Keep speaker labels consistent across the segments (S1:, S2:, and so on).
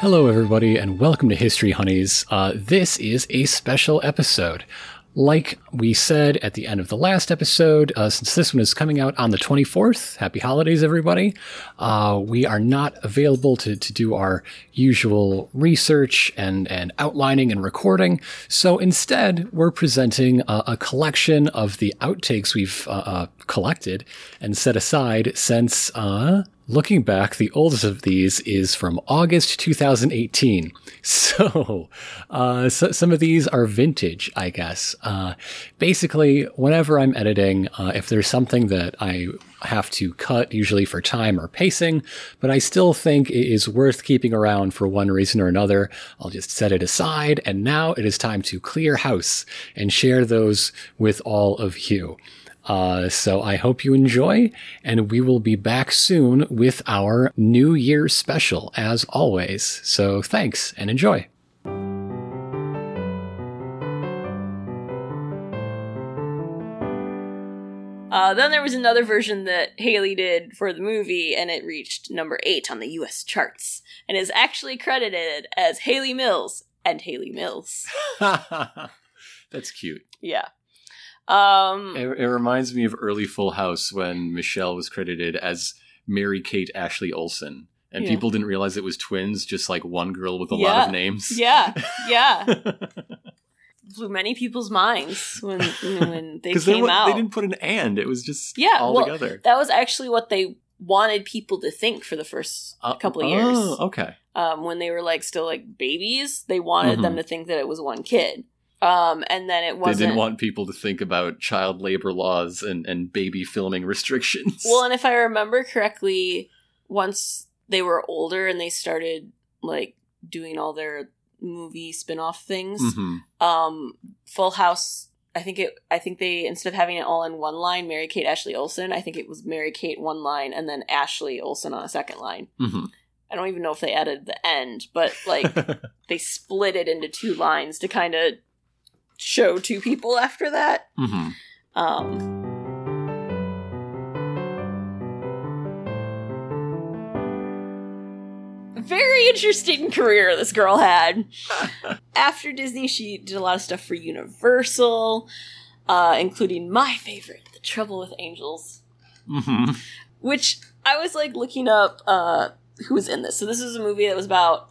S1: Hello, everybody, and welcome to History Honeys. Uh, this is a special episode. Like we said at the end of the last episode, uh, since this one is coming out on the 24th, happy holidays, everybody. Uh, we are not available to, to do our usual research and, and outlining and recording. So instead, we're presenting a, a collection of the outtakes we've uh, uh, collected and set aside since uh, Looking back, the oldest of these is from August 2018. So, uh, so some of these are vintage, I guess. Uh, basically, whenever I'm editing, uh, if there's something that I have to cut, usually for time or pacing, but I still think it is worth keeping around for one reason or another, I'll just set it aside. And now it is time to clear house and share those with all of you. Uh, so I hope you enjoy, and we will be back soon with our New Year special, as always. So thanks and enjoy.
S2: Uh, then there was another version that Haley did for the movie, and it reached number eight on the U.S. charts, and is actually credited as Haley Mills and Haley Mills.
S1: That's cute.
S2: Yeah. Um,
S3: It, it reminds me of early Full House when Michelle was credited as Mary Kate Ashley Olsen, and
S2: Yeah.
S3: people didn't realize it was twins, just like one girl with a lot
S2: Yeah.
S3: of names.
S2: yeah, yeah. Blew many people's minds when when they
S3: because
S2: came out.
S3: they didn't put an and; it was just
S2: Yeah,
S3: all
S2: well,
S3: together.
S2: That was actually what they wanted people to think for the first
S3: Uh,
S2: couple of years.
S3: Oh, okay.
S2: um, when they were like still like babies, they wanted
S3: Mhm.
S2: them to think that it was one kid. Um, and then it wasn't.
S3: They didn't want people to think about child labor laws and, and baby filming restrictions.
S2: well, and if I remember correctly, once they were older and they started like doing all their movie spin-off things,
S3: Mhm.
S2: um, Full House. I think it. I think they instead of having it all in one line, Mary Kate Ashley Olsen. I think it was Mary Kate one line and then Ashley Olsen on a second line.
S3: Mhm.
S2: I don't even know if they added the end, but like they split it into two lines to kind of show two people after that.
S3: Mhm.
S2: Um, very interesting career this girl had. After Disney, she did a lot of stuff for Universal, uh, including my favorite, The Trouble with Angels
S3: Mhm.
S2: which I was like looking up uh, who was in this. So this was a movie that was about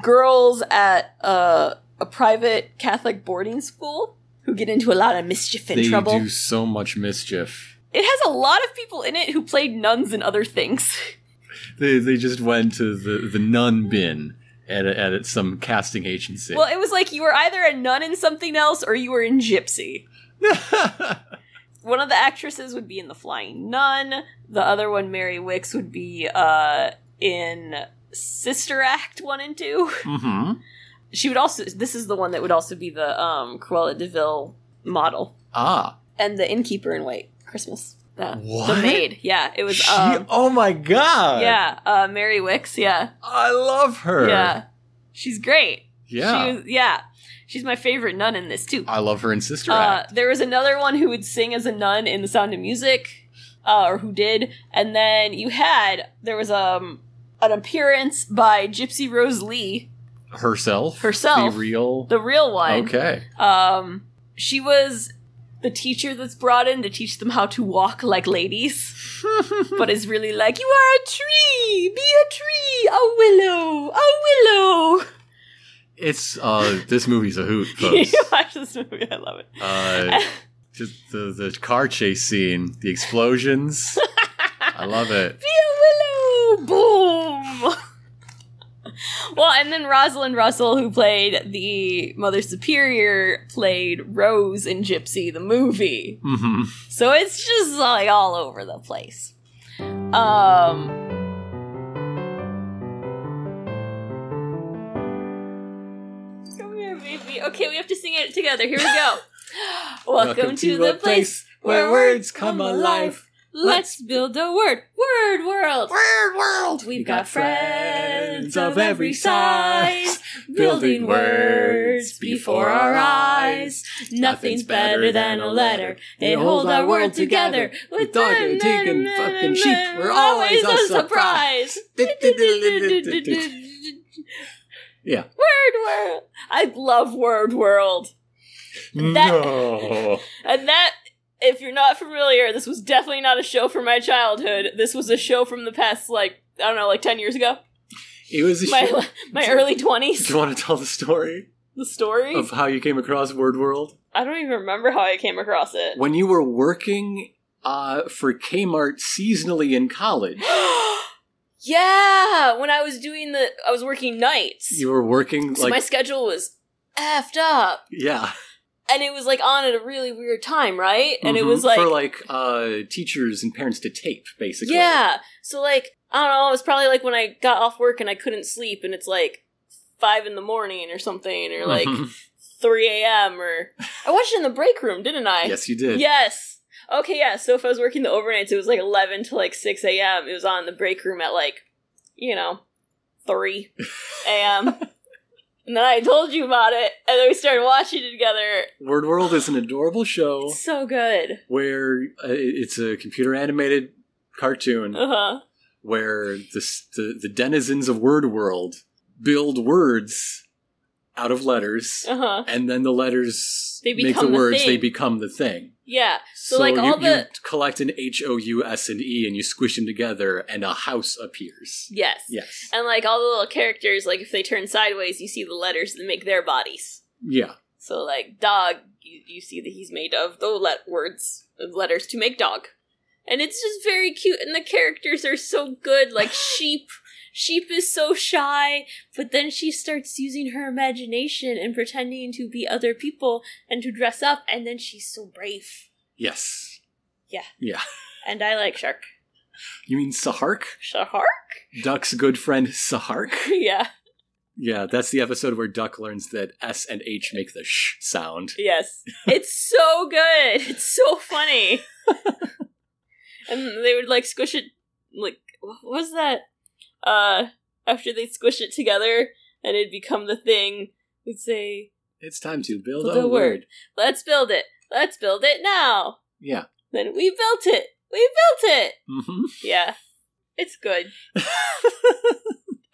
S2: girls at uh, a private Catholic boarding school who get into a lot of mischief and
S3: They
S2: trouble.
S3: do so much mischief.
S2: It has a lot of people in it who played nuns and other things.
S3: They, they just went to the, the nun bin at, a, at some casting agency.
S2: Well, it was like you were either a nun in something else or you were in Gypsy. One of the actresses would be in The Flying Nun. The other one, Mary Wicks, would be uh, in Sister Act 1 and 2.
S3: hmm
S2: she would also this is the one that would also be the um Cruella Deville model
S3: Ah,
S2: and the innkeeper in white christmas the, the
S3: What?
S2: maid yeah it was
S3: She-
S2: um
S3: oh my god!
S2: yeah uh mary wicks yeah
S3: I love her.
S2: yeah she's great
S3: yeah.
S2: she was, yeah she's my favorite nun in this too
S3: I love her in Sister
S2: uh,
S3: Act.
S2: there was another one who would sing as a nun in the sound of music uh, or who did and then you had there was um an appearance by gypsy rose lee
S3: Herself,
S2: uh, herself.
S3: the real.
S2: the real one
S3: okay,
S2: Um, she was the teacher that's brought in to teach them how to walk like ladies, but is really like, You are a tree! Be a tree! A willow! A willow!
S3: it's uh, this movie's a hoot, folks.
S2: you watch this movie, I love it.
S3: uh, just the the car chase scene, the explosions. I love it.
S2: Be a willow! Boom! well, and then Rosalind Russell, who played the Mother Superior, played Rose in Gypsy, the movie.
S3: hmm
S2: So it's just like all over the place. Um Come here, baby. Okay, we have to sing it together. Here we go. Welcome, to, the place, where words come alive. Let's build a word. Word world.
S3: Weird world.
S2: We've got friends of every size, building words before our eyes. Nothing's better than a letter. They hold our world together. With dog and pig and fucking sheep, we're always a surprise.
S3: Yeah.
S2: Word World. I love Word World. That-
S3: no.
S2: And that, if you're not familiar, this was definitely not a show from my childhood. This was a show from the past, like, I don't know, like 10 years ago.
S3: It was a show.
S2: My, my early
S3: Do
S2: 20s.
S3: you want to tell the story
S2: The story?
S3: of how you came across Word World?
S2: I don't even remember how I came across it.
S3: When you were working uh, for Kmart seasonally in college,
S2: yeah! When I was doing the. I was working nights.
S3: you were working
S2: so my
S3: like.
S2: schedule was effed up.
S3: yeah.
S2: And it was, like, on at a really weird time, right? And it
S3: Mhm.
S2: was like.
S3: For like uh, teachers and parents to tape, basically.
S2: Yeah. So like I don't know, it was probably like when I got off work and I couldn't sleep and it's like five in the morning or something or like
S3: Mhm.
S2: three AM or I watched it in the break room, didn't I?
S3: yes, you did.
S2: Yes. Okay, yeah. So if I was working the overnights, it was like eleven to like six AM. It was on the break room at like, you know, three AM. and then I told you about it, and then we started watching it together.
S3: Word World is an adorable show
S2: It's so good.
S3: where uh, it's a computer animated cartoon
S2: Uh-huh.
S3: where the, s- the the denizens of Word World build words out of letters,
S2: Uh-huh.
S3: and then the letters
S2: They
S3: make the
S2: become the
S3: words.
S2: thing.
S3: They become the thing.
S2: Yeah. So, like,
S3: you,
S2: all
S3: you
S2: the-
S3: collect an H O U S and E, and you squish them together, and a house appears.
S2: Yes.
S3: Yes.
S2: And like all the little characters, like if they turn sideways, you see the letters that make their bodies.
S3: Yeah.
S2: So like dog, you, you see that he's made of the let words of letters to make dog, and it's just very cute. And the characters are so good. Like sheep, sheep is so shy, but then she starts using her imagination and pretending to be other people and to dress up, and then she's so brave.
S3: Yes.
S2: Yeah.
S3: Yeah.
S2: And I like shark,
S3: You mean Sahark?
S2: shark.
S3: Duck's good friend Sahark?
S2: yeah.
S3: Yeah, that's the episode where Duck learns that S and H make the sh sound.
S2: Yes. It's so good. It's so funny. and they would like squish it like what was that? Uh after they'd squish it together and it'd become the thing, we'd say,
S3: It's time to build
S2: Build
S3: a
S2: a
S3: word.
S2: word. Let's build it. Let's build it now.
S3: Yeah.
S2: Then we built it. We built it.
S3: hmm
S2: Yeah. It's good.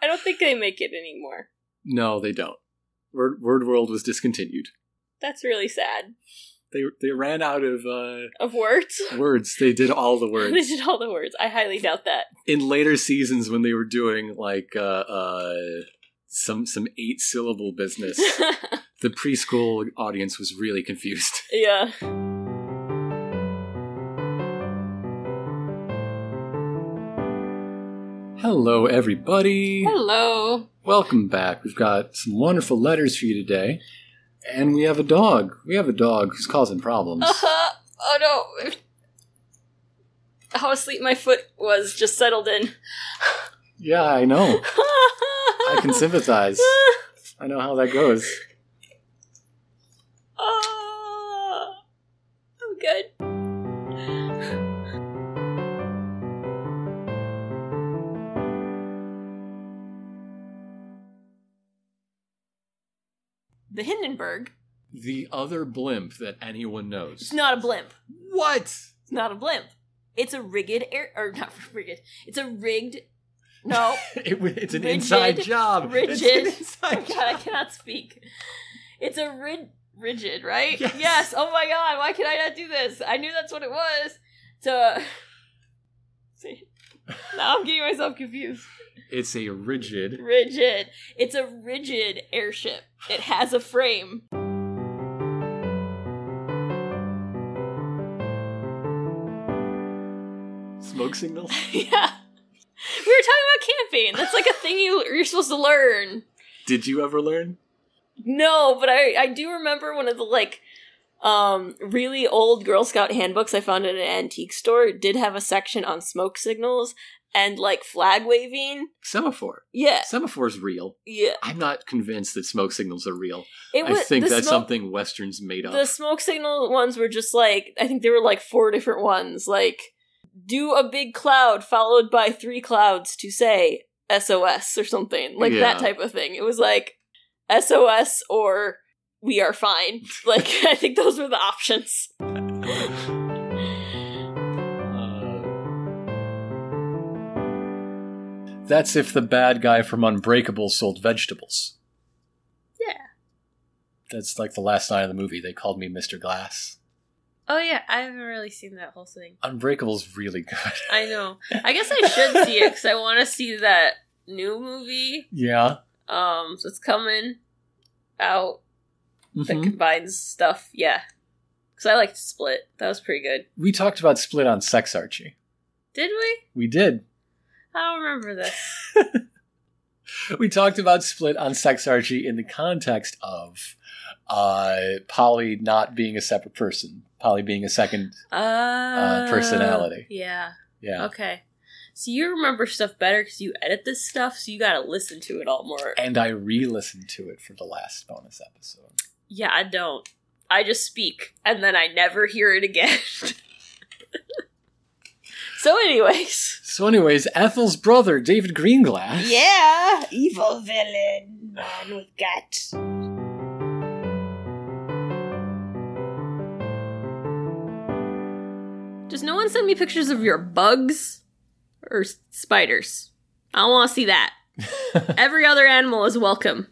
S2: I don't think they make it anymore.
S3: No, they don't. Word, word World was discontinued.
S2: That's really sad.
S3: They they ran out of uh,
S2: Of words.
S3: words. They did all the
S2: they
S3: words
S2: did all the words. I highly doubt that.
S3: in later seasons when they were doing like uh, uh, some some eight syllable business. the preschool audience was really confused.
S2: yeah.
S3: Hello, everybody.
S2: Hello.
S3: Welcome back. We've got some wonderful letters for you today. And we have a dog. We have a dog who's causing problems.
S2: Uh-huh. Oh no. How asleep my foot was just settled in.
S3: Yeah, I know. I
S2: I
S3: can sympathize. I know how that goes.
S2: Oh, I'm good. The Hindenburg.
S3: The other blimp that anyone knows.
S2: It's not a blimp.
S3: What?
S2: It's not a blimp. It's a rigged air, or not rigged. It's a rigged. No,
S3: It, w- it's an
S2: Rigid,
S3: inside job. It's
S2: rigid.
S3: an
S2: Oh
S3: inside
S2: my God, I cannot speak. It's a rid- rigid, right?
S3: Yes.
S2: Oh my God, why can I not do this? I knew that's what it was. So, see, now I'm getting myself confused.
S3: It's a rigid.
S2: Rigid. It's a rigid airship. It has a frame.
S3: Smoke signal?
S2: yeah. We were talking about camping. That's like a thing you you're supposed to learn.
S3: Did you ever learn?
S2: No, but I I do remember one of the like um really old Girl Scout handbooks I found at an antique store It did have a section on smoke signals and like flag waving.
S3: Semaphore.
S2: Yeah.
S3: Semaphore's real.
S2: Yeah.
S3: I'm not convinced that smoke signals are real.
S2: It
S3: I think
S2: the
S3: that's
S2: smoke-
S3: something Westerns made up.
S2: The smoke signal ones were just like I think there were like four different ones like do a big cloud followed by three clouds to say SOS or something like
S3: Yeah.
S2: that type of thing. It was like SOS or we are fine. Like I think those were the options.
S3: Uh, That's if the bad guy from Unbreakable sold vegetables.
S4: Yeah.
S3: That's like the last night of the movie. They called me Mr. Glass.
S2: Oh yeah, I haven't really seen that whole thing.
S3: Unbreakable's really good.
S2: I know. I guess I should see it because I want to see that new movie.
S3: Yeah.
S2: Um, so it's coming out that
S3: Mhm.
S2: combines stuff. Yeah, because I liked Split. That was pretty good.
S3: We talked about Split on Sex Archie.
S2: Did we?
S3: We did.
S2: I don't remember this.
S3: We talked about Split on Sex Archie in the context of uh, Polly not being a separate person, Polly being a second.
S2: Uh,
S3: personality.
S2: Yeah.
S3: Yeah.
S2: Okay. So you remember stuff better because you edit this stuff, so you gotta listen to it all more.
S3: And I re listened to it for the last bonus episode.
S2: Yeah, I don't. I just speak, and then I never hear it again.
S4: So, anyways.
S3: So, anyways, Ethel's brother, David Greenglass.
S4: Yeah, evil villain, man with guts.
S2: Does no one send me pictures of your bugs or s- spiders? I want to see that. Every other animal is welcome.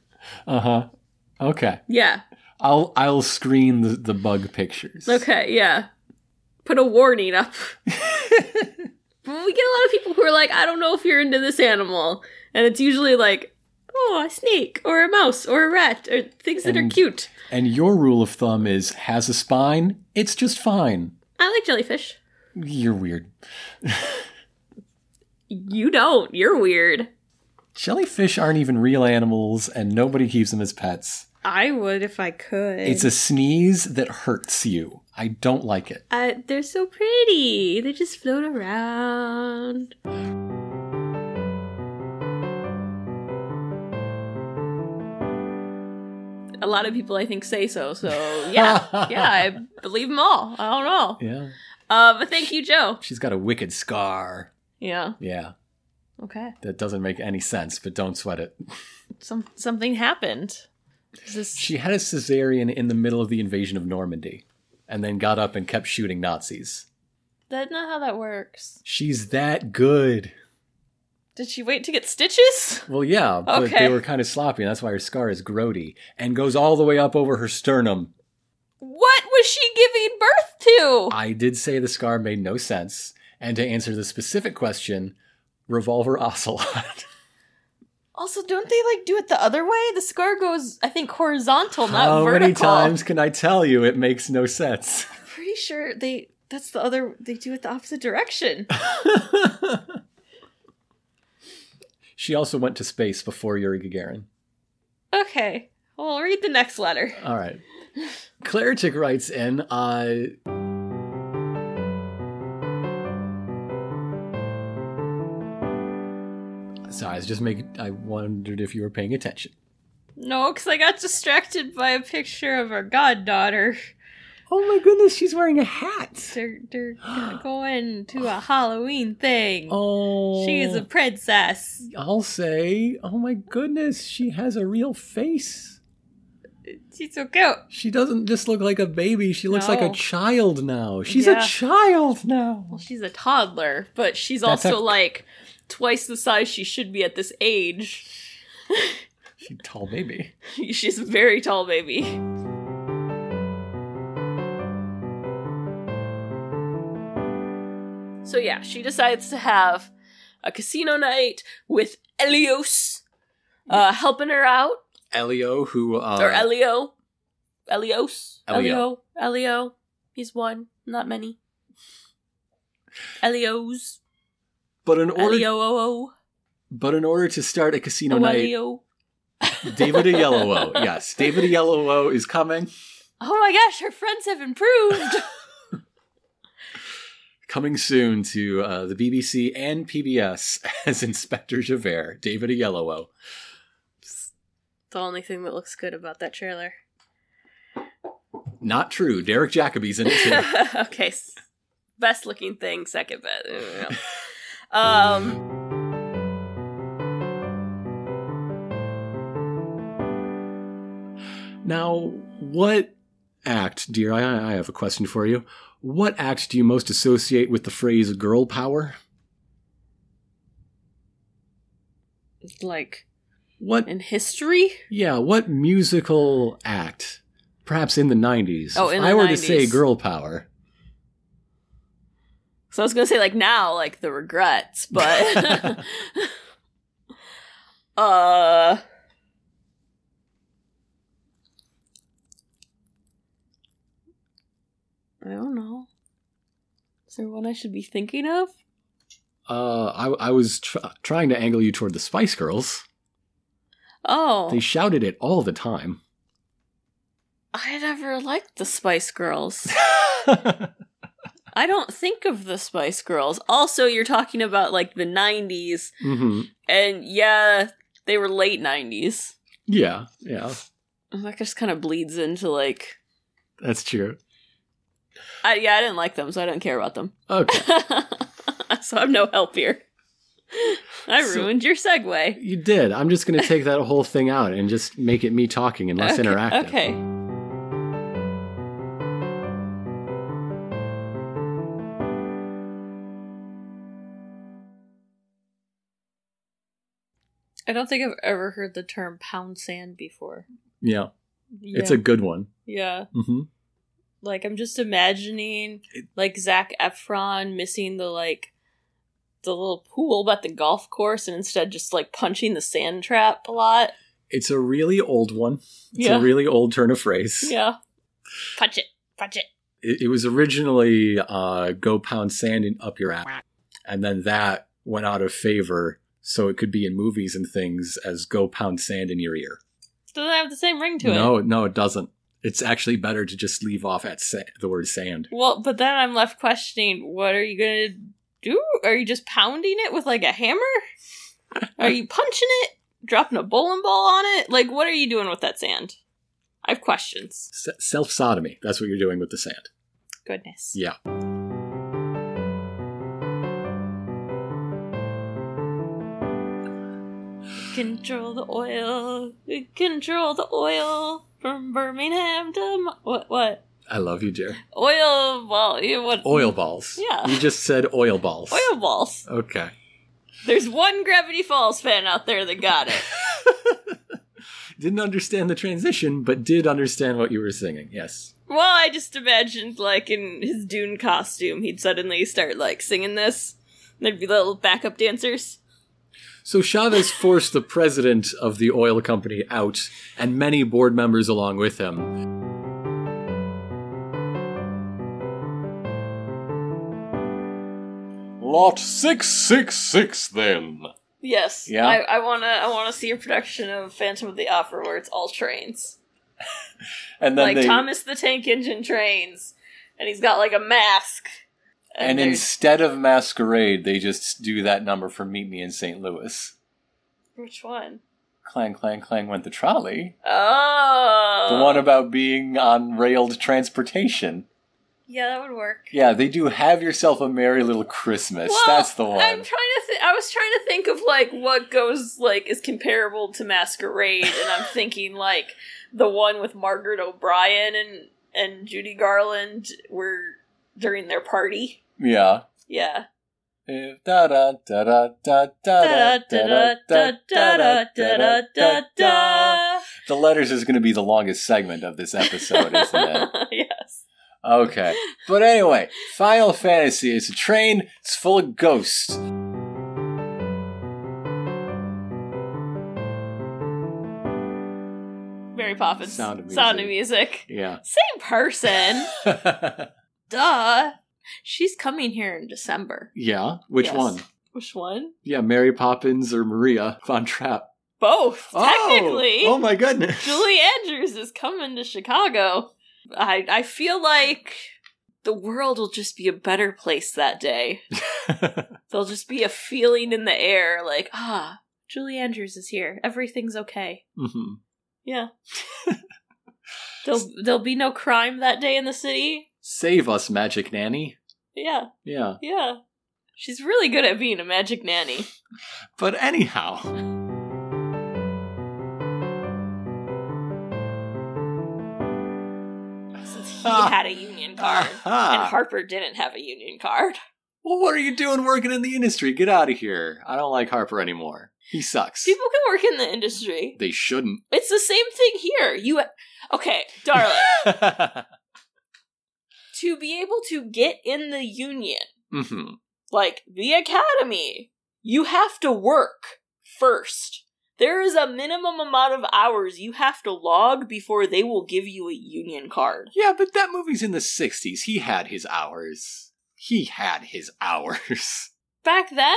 S3: Uh huh. Okay.
S2: Yeah.
S3: I'll I'll screen the, the bug pictures.
S2: Okay. Yeah. Put a warning up. But we get a lot of people who are like, I don't know if you're into this animal, and it's usually like, oh, a snake or a mouse or a rat or things that
S3: And-
S2: are cute.
S3: And your rule of thumb is has a spine, it's just fine.
S2: I like jellyfish.
S3: You're weird.
S2: You don't. You're weird.
S3: Jellyfish aren't even real animals and nobody keeps them as pets.
S2: I would if I could.
S3: It's a sneeze that hurts you. I don't like it.
S2: Uh, they're so pretty. They just float around. A lot of people, I think, say so. So yeah, yeah, I believe them all. I don't know.
S3: Yeah.
S2: Uh, but thank you, Joe.
S3: She's got a wicked scar.
S2: Yeah.
S3: Yeah.
S2: Okay.
S3: That doesn't make any sense, but don't sweat it.
S2: Some something happened. Is this?
S3: She had a cesarean in the middle of the invasion of Normandy and then got up and kept shooting Nazis.
S2: That's not how that works.
S3: She's that good.
S2: Did she wait to get stitches?
S3: Well, yeah, but
S2: Okay.
S3: they were kind of sloppy, and that's why her scar is grody and goes all the way up over her sternum.
S2: What was she giving birth to?
S3: I did say the scar made no sense, and to answer the specific question, revolver ocelot.
S2: Also, don't they like do it the other way? The scar goes, I think, horizontal, not
S3: How
S2: vertical.
S3: many times can I tell you it makes no sense?
S2: I'm pretty sure they that's the other they do it the opposite direction.
S3: she also went to space before Yuri Gagarin.
S2: okay. Well read the next letter.
S3: All right. Claretic writes in uh, Sorry, I was just making. I wondered if you were paying attention.
S2: No, because I got distracted by a picture of our goddaughter.
S3: Oh my goodness, she's wearing a hat.
S2: They're they're gonna go into a Halloween thing.
S3: Oh,
S2: She is a princess.
S3: I'll say. Oh my goodness, she has a real face.
S2: She's so cute.
S3: She doesn't just look like a baby. She looks like a
S2: No.
S3: child now. She's
S2: Yeah.
S3: a child now.
S2: Well, she's a toddler, but she's
S3: That's
S2: also
S3: a-
S2: like twice the size she should be at this age.
S3: She's a tall baby.
S2: she's a very tall baby. So yeah, she decides to have a casino night with Elios, uh, helping her out,
S3: Elio, who uh,
S2: or Elio, Elios,
S3: Elio.
S2: Elio, Elio. He's one, not many. Elios,
S3: but in order
S2: Elio, oh,
S3: But in order to start a casino
S2: oh,
S3: night,
S2: Elio.
S3: David Oyelowo, yes, David Oyelowo is coming,
S2: Oh my gosh, her friends have improved.
S3: coming soon to uh, the BBC and PBS as Inspector Javert, David Oyelowo.
S2: the only thing that looks good about that trailer.
S3: Not true. Derek Jacobi's in it too.
S2: okay, s- best looking thing, second best. Um,
S3: now, what act, dear? I, I have a question for you. What act do you most associate with the phrase "girl power"?
S2: like
S3: What
S2: in history.
S3: Yeah, what musical act, perhaps in the 90s,
S5: Oh,
S3: if
S5: in
S3: I
S5: the
S3: were to say
S5: 90s.
S3: girl power?
S5: So I was gonna say like now, like the regrets, but uh I don't know. Is there one I should be thinking of?
S3: Uh, I, I was tr- trying to angle you toward the Spice Girls.
S5: Oh,
S3: They shouted it all the time.
S5: I never liked the Spice Girls.
S3: Mm-hmm.
S5: I don't think of the Spice Girls. Also, you're talking about like the 90s,
S3: hmm
S5: and yeah, they were late 90s.
S3: Yeah, yeah,
S5: That just kind of bleeds into like
S3: that's true.
S5: I, yeah, I didn't like them, so I don't care about them.
S3: Okay,
S5: so I'm no help here. I
S3: So-
S5: ruined your segue.
S3: you did. I'm just going to take that whole thing out and just make it me talking and less
S5: okay,
S3: interactive.
S5: Okay.
S2: I don't think I've ever heard the term pound sand before.
S3: Yeah,
S2: Yeah.
S3: it's a good one.
S2: yeah.
S3: hmm
S2: Like I'm just imagining like Zach Efron missing the like the little pool but the golf course and instead just like punching the sand trap a lot.
S3: It's a really old one. It's
S2: Yeah.
S3: a really old turn of phrase.
S2: Yeah. Punch it. Punch it.
S3: it, it was originally uh, go pound sand in up your ass and then that went out of favor so it could be in movies and things as go pound sand in your ear
S2: Doesn't have the same ring to it.
S3: no no it doesn't it's actually better to just leave off at sa- the word sand
S2: Well, but then I'm left questioning what are you going to do? Are you just pounding it with like a hammer? are you punching it? Dropping a bowling ball on it? Like what are you doing with that sand? I have questions.
S3: S- self sodomy that's what you're doing with the sand
S2: Goodness.
S3: yeah
S2: Control the oil. Control the oil from Birmingham to Mo- what? What
S3: i love you dear
S2: oil ball? you- What
S3: oil balls
S2: Yeah.
S3: you just said oil balls
S2: Oil balls.
S3: okay
S2: There's one Gravity Falls fan out there that got it.
S3: didn't understand the transition but did understand what you were singing yes
S2: well, I just imagined like in his Dune costume, he'd suddenly start like singing this. There'd be little backup dancers.
S3: So Chavez forced the president of the oil company out and many board members along with him.
S6: Lot 666, then.
S2: Yes.
S3: Yeah.
S2: I, I wanna I wanna see a production of Phantom of the Opera where it's all trains.
S3: And
S2: like Thomas the Tank Engine trains, and he's got like a mask. there's-
S3: instead of masquerade, they just do that number for Meet Me in St. Louis.
S2: which one?
S3: Clang, clang, clang went the trolley.
S2: Oh,
S3: about being on railed transportation.
S2: Yeah, that would work.
S3: Yeah, they do have yourself a merry little Christmas.
S2: Well, I'm trying to. Th- I was trying to think of like what goes like is comparable to Masquerade, and I'm thinking like the one with Margaret O'Brien and and Judy Garland were during their party.
S3: Yeah.
S2: Yeah.
S3: Da-da, da-da, da-da, da-da, da-da, da-da, da-da, da-da. The letters is going to be the longest segment of this episode, isn't it?
S2: yes.
S3: Okay. But anyway, Final Fantasy is a train, it's full of ghosts.
S2: Mary Poppins.
S3: Sound of
S2: Sound of music.
S3: Yeah.
S2: Same person. Duh. She's coming here in December.
S3: yeah. Which
S2: Yes.
S3: one?
S2: Which one?
S3: Yeah, Mary Poppins or Maria Von Trapp.
S2: Both, technically.
S3: Oh, oh my goodness.
S2: Julie Andrews is coming to Chicago. I I feel like the world will just be a better place that day. There'll just be a feeling in the air like, ah, Julie Andrews is here. Everything's okay.
S3: hmm
S2: Yeah. there'll there'll be no crime that day in the city.
S3: Save us, Magic Nanny.
S2: Yeah,
S3: Yeah.
S2: yeah. She's really good at being a magic nanny.
S3: But anyhow.
S2: Since he had a union card. And
S3: Aha. Ah.
S2: Harper didn't have a union card.
S3: Well, what are you doing working in the industry? Get out of here. I don't like Harper anymore. He sucks.
S2: People can work in the industry.
S3: They shouldn't.
S2: It's the same thing here. You okay, darling?
S3: mm-hmm.
S2: to be able to get in the union, like the academy, you have to work first. There is a minimum amount of hours you have to log before they will give you a union card.
S3: Yeah, but that movie's in the 60s. He had his hours. He had his hours.
S2: Back then,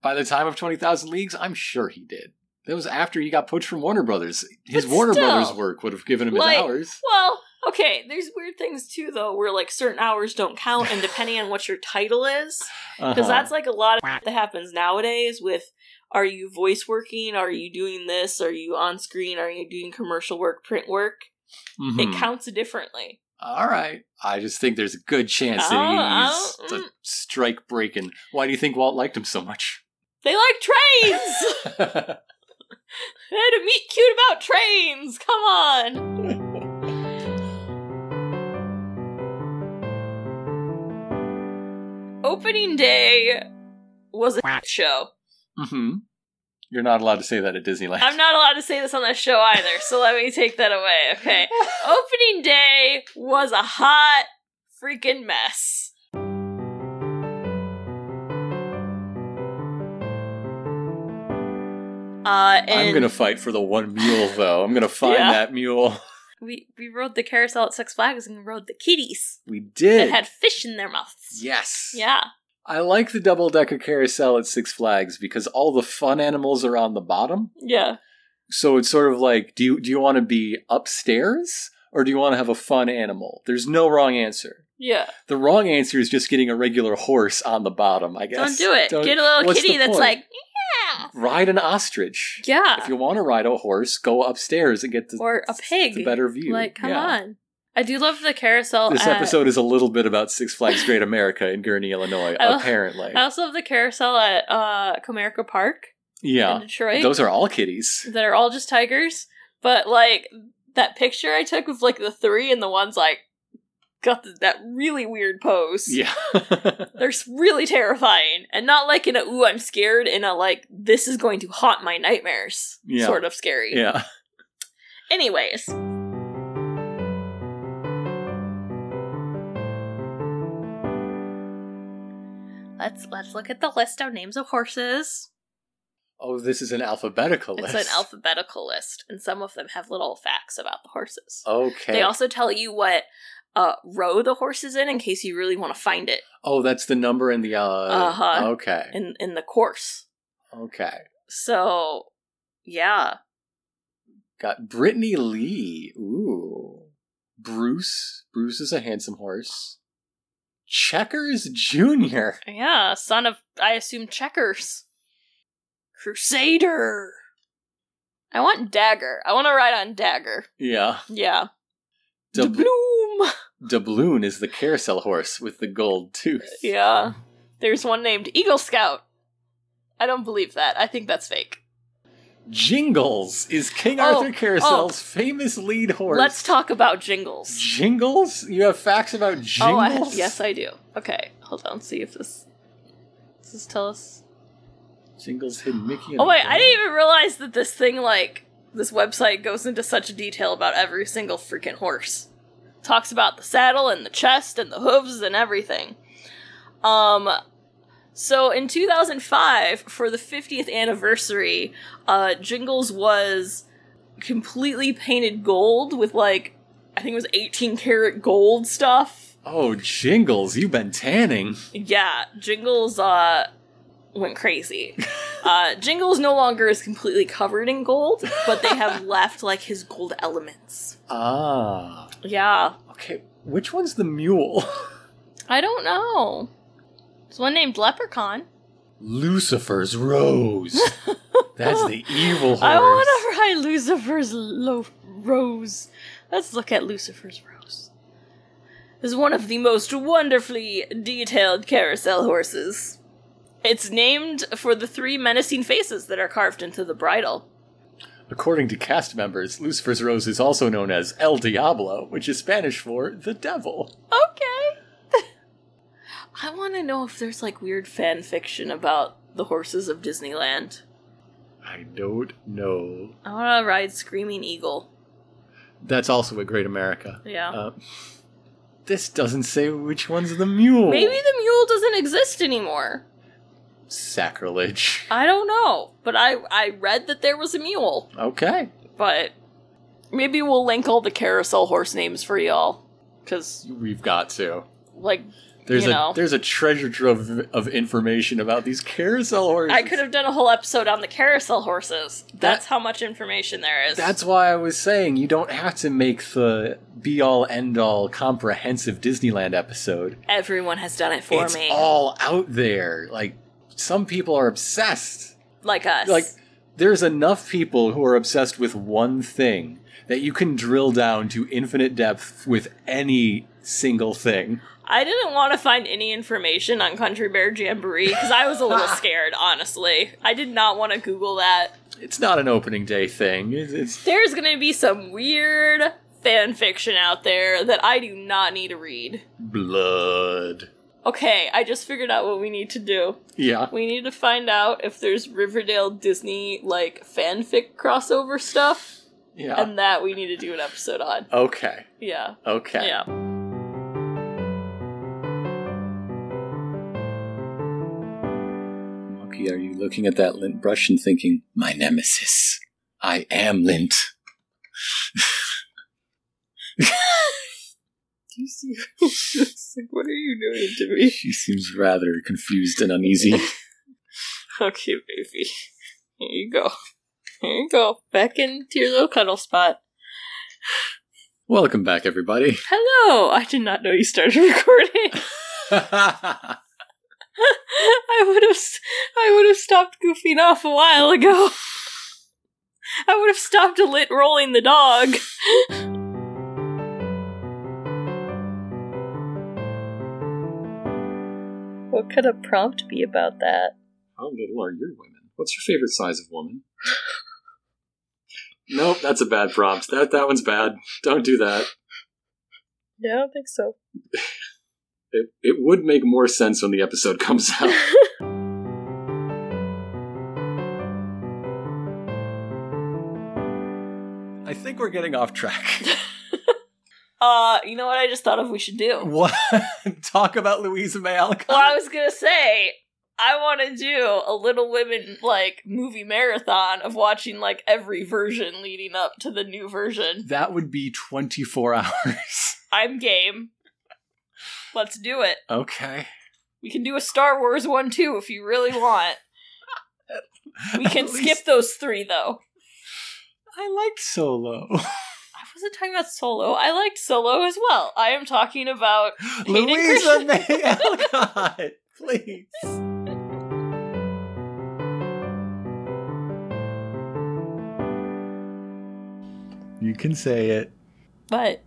S3: By the time of 20,000 Leagues, I'm sure he did. That was after he got poached from Warner Brothers. His
S2: But
S3: Warner
S2: still.
S3: Brothers work would have given him
S2: Like-
S3: his hours.
S2: Well, okay, there's weird things too, though, where like certain hours don't count, and depending on what your title is, because
S3: Uh-huh.
S2: that's like a lot of that happens nowadays with are you voice working? Are you doing this? Are you on screen? Are you doing commercial work, print work?
S3: Mhm.
S2: It counts differently.
S3: All right. I just think there's a good chance
S2: Oh,
S3: that
S2: oh,
S3: he's a
S2: mm.
S3: strike breaking. Why do you think Walt liked him so much?
S2: They like trains! I had to meet cute about trains! Come on! Opening day was a show.
S3: hmm You're not allowed to say that at Disneyland.
S2: I'm not allowed to say this on that show either, so let me take that away, okay? Opening day was a hot freaking mess. Uh, and
S3: I'm gonna fight for the one mule though. I'm gonna find
S2: Yeah.
S3: that mule.
S7: We we rode the carousel at Six Flags and we rode the kitties
S3: We
S7: that
S3: did.
S7: had fish in their mouths.
S3: yes.
S2: yeah,
S3: I like the double decker carousel at Six Flags because all the fun animals are on the bottom.
S2: yeah.
S3: So it's sort of like, do you do you want to be upstairs or do you want to have a fun animal? There's no wrong answer.
S2: Yeah.
S3: The wrong answer is just getting a regular horse on the bottom. I guess.
S7: Don't do it. Get a little
S3: what's
S7: kitty
S3: the
S7: that's
S3: point?
S7: like,
S3: ride an ostrich.
S7: yeah,
S3: If you want to ride a horse, go upstairs and get the,
S7: or a pig.
S3: the better view.
S7: Like, come
S3: Yeah.
S7: on. I do love the
S2: Oh,
S7: carousel.
S3: This
S2: uh,
S7: at-
S3: episode is a little bit about Six Flags Great America in Gurney, Illinois,
S2: Oh.
S7: I-
S3: apparently.
S7: I also love the carousel at uh, Comerica Park in
S3: yeah.
S7: Detroit.
S3: Those are all kitties.
S7: that are all just tigers.
S2: But like that picture I took of like the three and the ones like got th- that really weird pose.
S3: Yeah.
S2: They're s- really terrifying, and not like in a "ooh, I'm scared" in a like "this is going to haunt my nightmares"
S3: Yeah.
S2: sort of scary.
S3: yeah.
S2: Anyways,
S7: Let's let's look at the list of names of horses.
S3: Oh, this is an alphabetical list.
S7: It's an alphabetical list, and some of them have little facts about the horses.
S3: Okay.
S2: they also tell you what uh, row the horse is in in case you really want to find it
S3: oh, that's the number in the. Uh,
S2: Uh-huh.
S3: Okay.
S2: in in the course.
S3: okay.
S2: So, yeah,
S3: Got Brittany Lee. Ooh. Bruce. Bruce is a handsome horse. Checkers Jr.
S7: Yeah, son of I assume checkers.
S2: Crusader. I want Dagger. I want to ride on Dagger.
S3: Yeah.
S2: Yeah.
S3: Dub-
S2: Bloom.
S3: Doubloon is the carousel horse with the gold tooth.
S2: Yeah. There's one named Eagle Scout. I don't believe that. I think that's fake.
S3: Jingles is King
S2: Oh,
S3: Arthur Carousel's famous lead horse.
S2: Let's talk about jingles.
S3: Jingles? You have facts about
S2: Oh, I,
S3: jingles?
S2: yes, I do. Okay, hold on. See if this does this tell us.
S3: Jingles hid Mickey. in
S2: Oh
S3: a
S2: wait, I
S3: barn.
S2: didn't even realize that this thing like this website goes into such detail about every single freaking horse. Talks about the saddle and the chest and the hooves and everything. Um so in 2005 for the 50th anniversary, uh Jingles was completely painted gold with like I think it was 18 karat gold stuff.
S3: Oh, Jingles, you've been tanning.
S2: Yeah, Jingles uh went crazy. Uh Jingles no longer is completely covered in gold, but they have left like his gold elements.
S3: Ah.
S2: Yeah.
S3: Okay, which one's the mule?
S7: I don't know. There's one named Leprechaun.
S3: Lucifer's Rose. That's the evil horse.
S7: I want to ride Lucifer's lo- rose. Let's look at Lucifer's rose.
S2: Is one of the most wonderfully detailed carousel horses. It's named for the three menacing faces that are carved into the bridle.
S3: According to cast members, Lucifer's Rose is also known as El Diablo, which is Spanish for the devil.
S2: Okay. I want to know if there's like weird fan fiction about the horses of Disneyland.
S3: I don't know.
S2: I want to ride Screaming Eagle.
S3: That's also a Great America.
S2: Yeah.
S3: Uh, this doesn't say which one's the mule.
S2: Maybe the mule doesn't exist anymore.
S3: Sacrilege.
S2: I don't know, but I I read that there was a mule,
S3: Okay.
S2: but maybe we'll link all the carousel horse names for y'all cuz
S3: We've got to.
S2: like
S3: There's
S2: You
S3: a
S2: know.
S3: there's a treasure trove of information about these carousel horses.
S2: I could have done a whole episode on the carousel horses. That's
S3: That-
S2: how much information there is.
S3: That's why I was saying you don't have to make the be all end all comprehensive Disneyland episode.
S2: everyone has done it for
S3: it's
S2: me.
S3: all out there. Like some people are obsessed.
S2: like us.
S3: Like there's enough people who are obsessed with one thing that you can drill down to infinite depth with any single thing.
S2: I didn't want to find any information on Country Bear Jamboree because I was a little scared, honestly. I did not want to Google that.
S3: It's not an opening day thing. It's, it's
S2: There's going to be some weird fan fiction out there that I do not need to read.
S3: blood.
S2: Okay, I just figured out what we need to do.
S3: Yeah.
S2: We need to find out if there's Riverdale Disney like fanfic crossover stuff,
S3: Yeah.
S2: and that we need to do an episode on.
S3: okay.
S2: Yeah.
S3: Okay.
S2: Yeah.
S8: Monkey, are you looking at that lint brush and thinking, my nemesis? I am lint.
S9: Do you see? like, what are you doing to me?
S8: She seems rather confused and uneasy.
S9: Okay, baby. Here you go. Here you go. Back into your little cuddle spot.
S8: Welcome back, everybody.
S9: Hello! I did not know you started recording. I would have, I would have stopped goofing off a while ago. I would have stopped lit rolling the dog. what could a prompt be about that?
S10: How little are your women? What's your favorite size of woman? nope, that's a bad prompt. That that one's bad. Don't do that.
S9: Yeah, I don't think so.
S10: It it would make more sense when the episode comes out.
S3: I think we're getting off track.
S2: Uh, you know what I just thought of we should do?
S3: what? Talk about Louisa May Alcott.
S2: Well, I was gonna say I want to do a Little Women like movie marathon of watching like every version leading up to the new version.
S3: That would be 24 hours.
S2: I'm game. Let's do it.
S3: okay.
S2: We can do a Star Wars one too if you really want. We can
S3: At
S2: skip
S3: least-
S2: those three though.
S3: I liked Solo.
S2: I wasn't talking about Solo. I liked Solo as well. I am talking about Hayden
S3: Louisa
S2: Christensen.
S3: May Alcott. oh Please. You can say it.
S2: but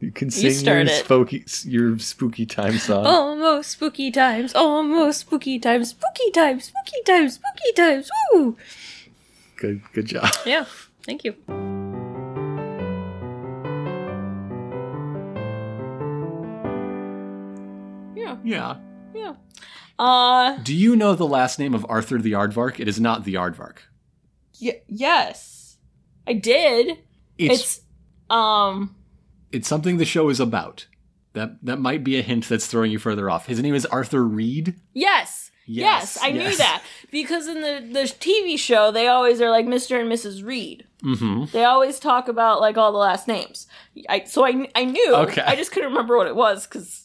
S3: You can
S2: sing your start it. Oh.
S3: spooky, your spooky time song.
S9: Almost spooky times, almost spooky times, spooky times, spooky times, spooky times. Woo!
S3: Good, good job.
S9: Yeah, thank you.
S3: Yeah.
S2: uh
S3: Do you know the last name of Arthur the Aardvark? It is not the Aardvark.
S2: y- yes. I did.
S3: It's it's,
S2: it's um
S3: something the show is about. That that might be a hint that's throwing you further off. His name is Arthur Reed.
S2: Yes. Yes, I knew that because in the the TV show they always are like Mr. and Mrs. Reed.
S3: Mm-hmm.
S2: They always talk about like all the last names. I so I kn- I knew.
S3: Okay.
S2: I just couldn't remember what it was because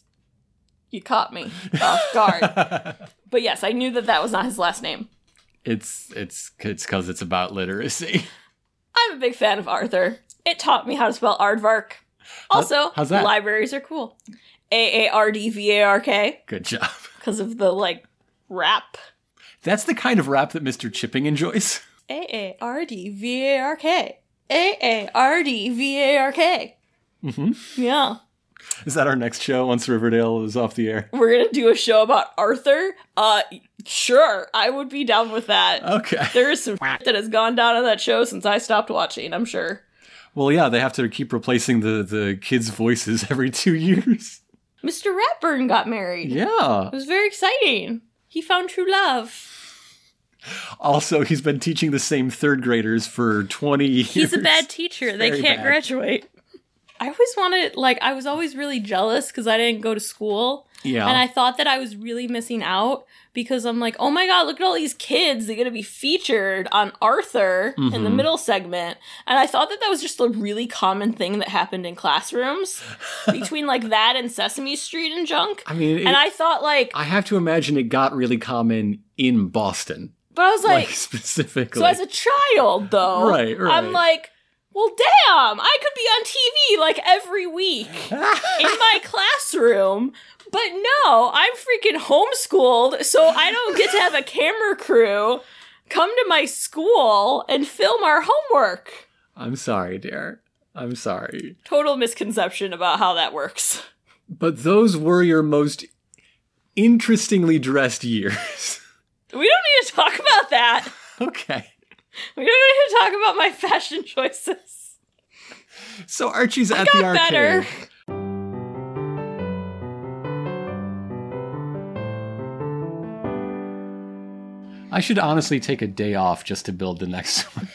S2: you caught me off guard. but yes, I knew that that was not his last name.
S3: it's it's it's because it's about literacy.
S2: I'm a big fan of Arthur. It taught me how to spell aardvark. Also,
S3: how's that?
S2: libraries are cool. A A R D V A R K
S3: Good job.
S2: because of the like rap.
S3: That's the kind of rap that Mr. Chipping enjoys.
S2: A A R D V A R K. A A R D V A R K.
S11: Mm-hmm.
S3: Mhm.
S2: Yeah.
S3: Is that our next show once Riverdale is off the air?
S2: We're going to do a show about Arthur. Uh sure, I would be down with that.
S3: Okay.
S2: there is some that has gone down on that show since I stopped watching, I'm sure.
S3: Well, yeah, they have to keep replacing the the kids' voices every two years.
S2: Mr. Ratburn got married.
S11: Yeah.
S2: It was very exciting. He found true love.
S11: Also, he's been teaching the same third graders for 20 years.
S2: He's a bad teacher. They
S11: Very
S2: can't
S11: bad.
S2: graduate. I always wanted, like, I was always really jealous because I didn't go to school.
S11: Yeah.
S2: And I thought that I was really missing out because I'm like, oh my God, look at all these kids. They're going to be featured on Arthur in the
S11: Mhm.
S2: middle segment. And I thought that that was just a really common thing that happened in classrooms between like that and Sesame Street and junk.
S11: I mean, it-
S2: and I thought, like,
S11: I have to imagine it got really common in Boston,
S2: but I was
S11: like,
S2: like,
S11: specifically.
S2: so as a child, though,
S11: Right, right.
S2: I'm like, well, damn, I could be on TV like every week in my classroom. But no, I'm freaking homeschooled, so I don't get to have a camera crew come to my school and film our homework.
S11: I'm sorry, dear. I'm sorry.
S2: Total misconception about how that works.
S11: But those were your most interestingly dressed years.
S2: We don't need to talk about that.
S11: okay.
S2: We don't need to talk about my fashion choices.
S11: So Archie's at the
S2: got
S11: arcade.
S2: better.
S11: I should honestly take a day off just to build the next one.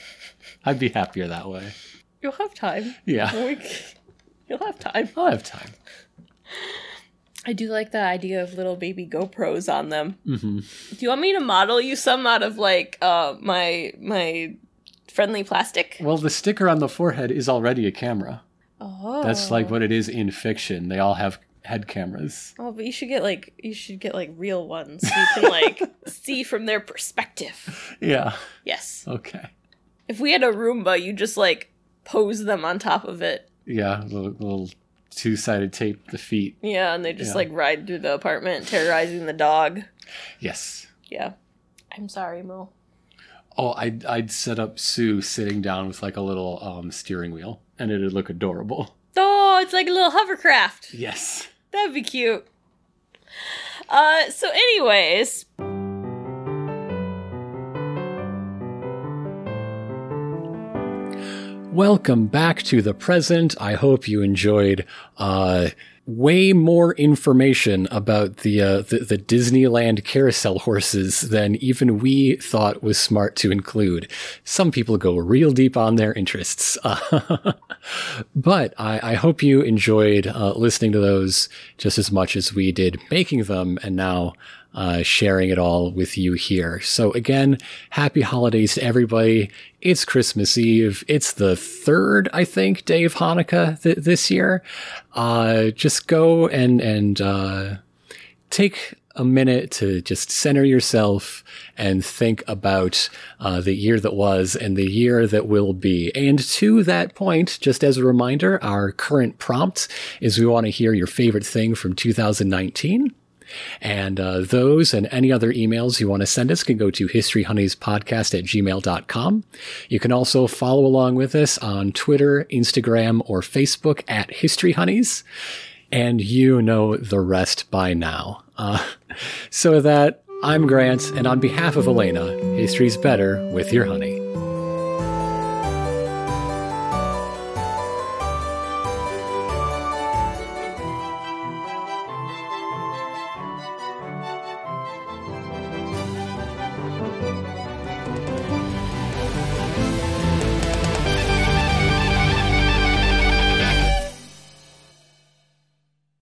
S11: I'd be happier that way.
S2: You'll have time.
S11: Yeah.
S2: You'll have time.
S11: I'll have time.
S2: I do like the idea of little baby GoPros on them.
S11: hmm
S2: Do you want me to model you some out of like uh my my friendly plastic?
S11: Well, the sticker on the forehead is already a camera.
S2: Oh.
S11: That's like what it is in fiction. They all have head cameras.
S2: Oh, but you should get like you should get like real ones so you can like see from their perspective.
S11: Yeah.
S2: Yes.
S11: Okay.
S2: If we had a Roomba, you just like pose them on top of it.
S11: Yeah. Little, little two-sided tape the feet.
S2: Yeah, and they just
S11: Yeah.
S2: like ride through the apartment terrorizing the dog.
S11: Yes.
S2: Yeah. I'm sorry, Mo.
S11: Oh, I'd, I'd set up Sue sitting down with like a little um, steering wheel, and it'd look adorable.
S2: Oh, it's like a little hovercraft.
S11: Yes.
S2: That'd be cute. Uh, so, anyways,
S3: Welcome back to the present. I hope you enjoyed uh, way more information about the, uh, the the Disneyland carousel horses than even we thought was smart to include. Some people go real deep on their interests, but I, I hope you enjoyed uh, listening to those just as much as we did making them, and now uh, sharing it all with you here. So, again, happy holidays to everybody. It's Christmas Eve. It's the third, I think, day of Hanukkah th- this year. Uh, just go and, and, uh, take a minute to just center yourself and think about uh, the year that was and the year that will be. And to that point, just as a reminder, our current prompt is we want to hear your favorite thing from 2019. And uh, those and any other emails you want to send us can go to historyhoneyspodcast at gmail.com. You can also follow along with us on Twitter, Instagram, or Facebook at History Honeys. And you know the rest by now. Uh, so with that, I'm Grant, and on behalf of Elena, history's better with your honey.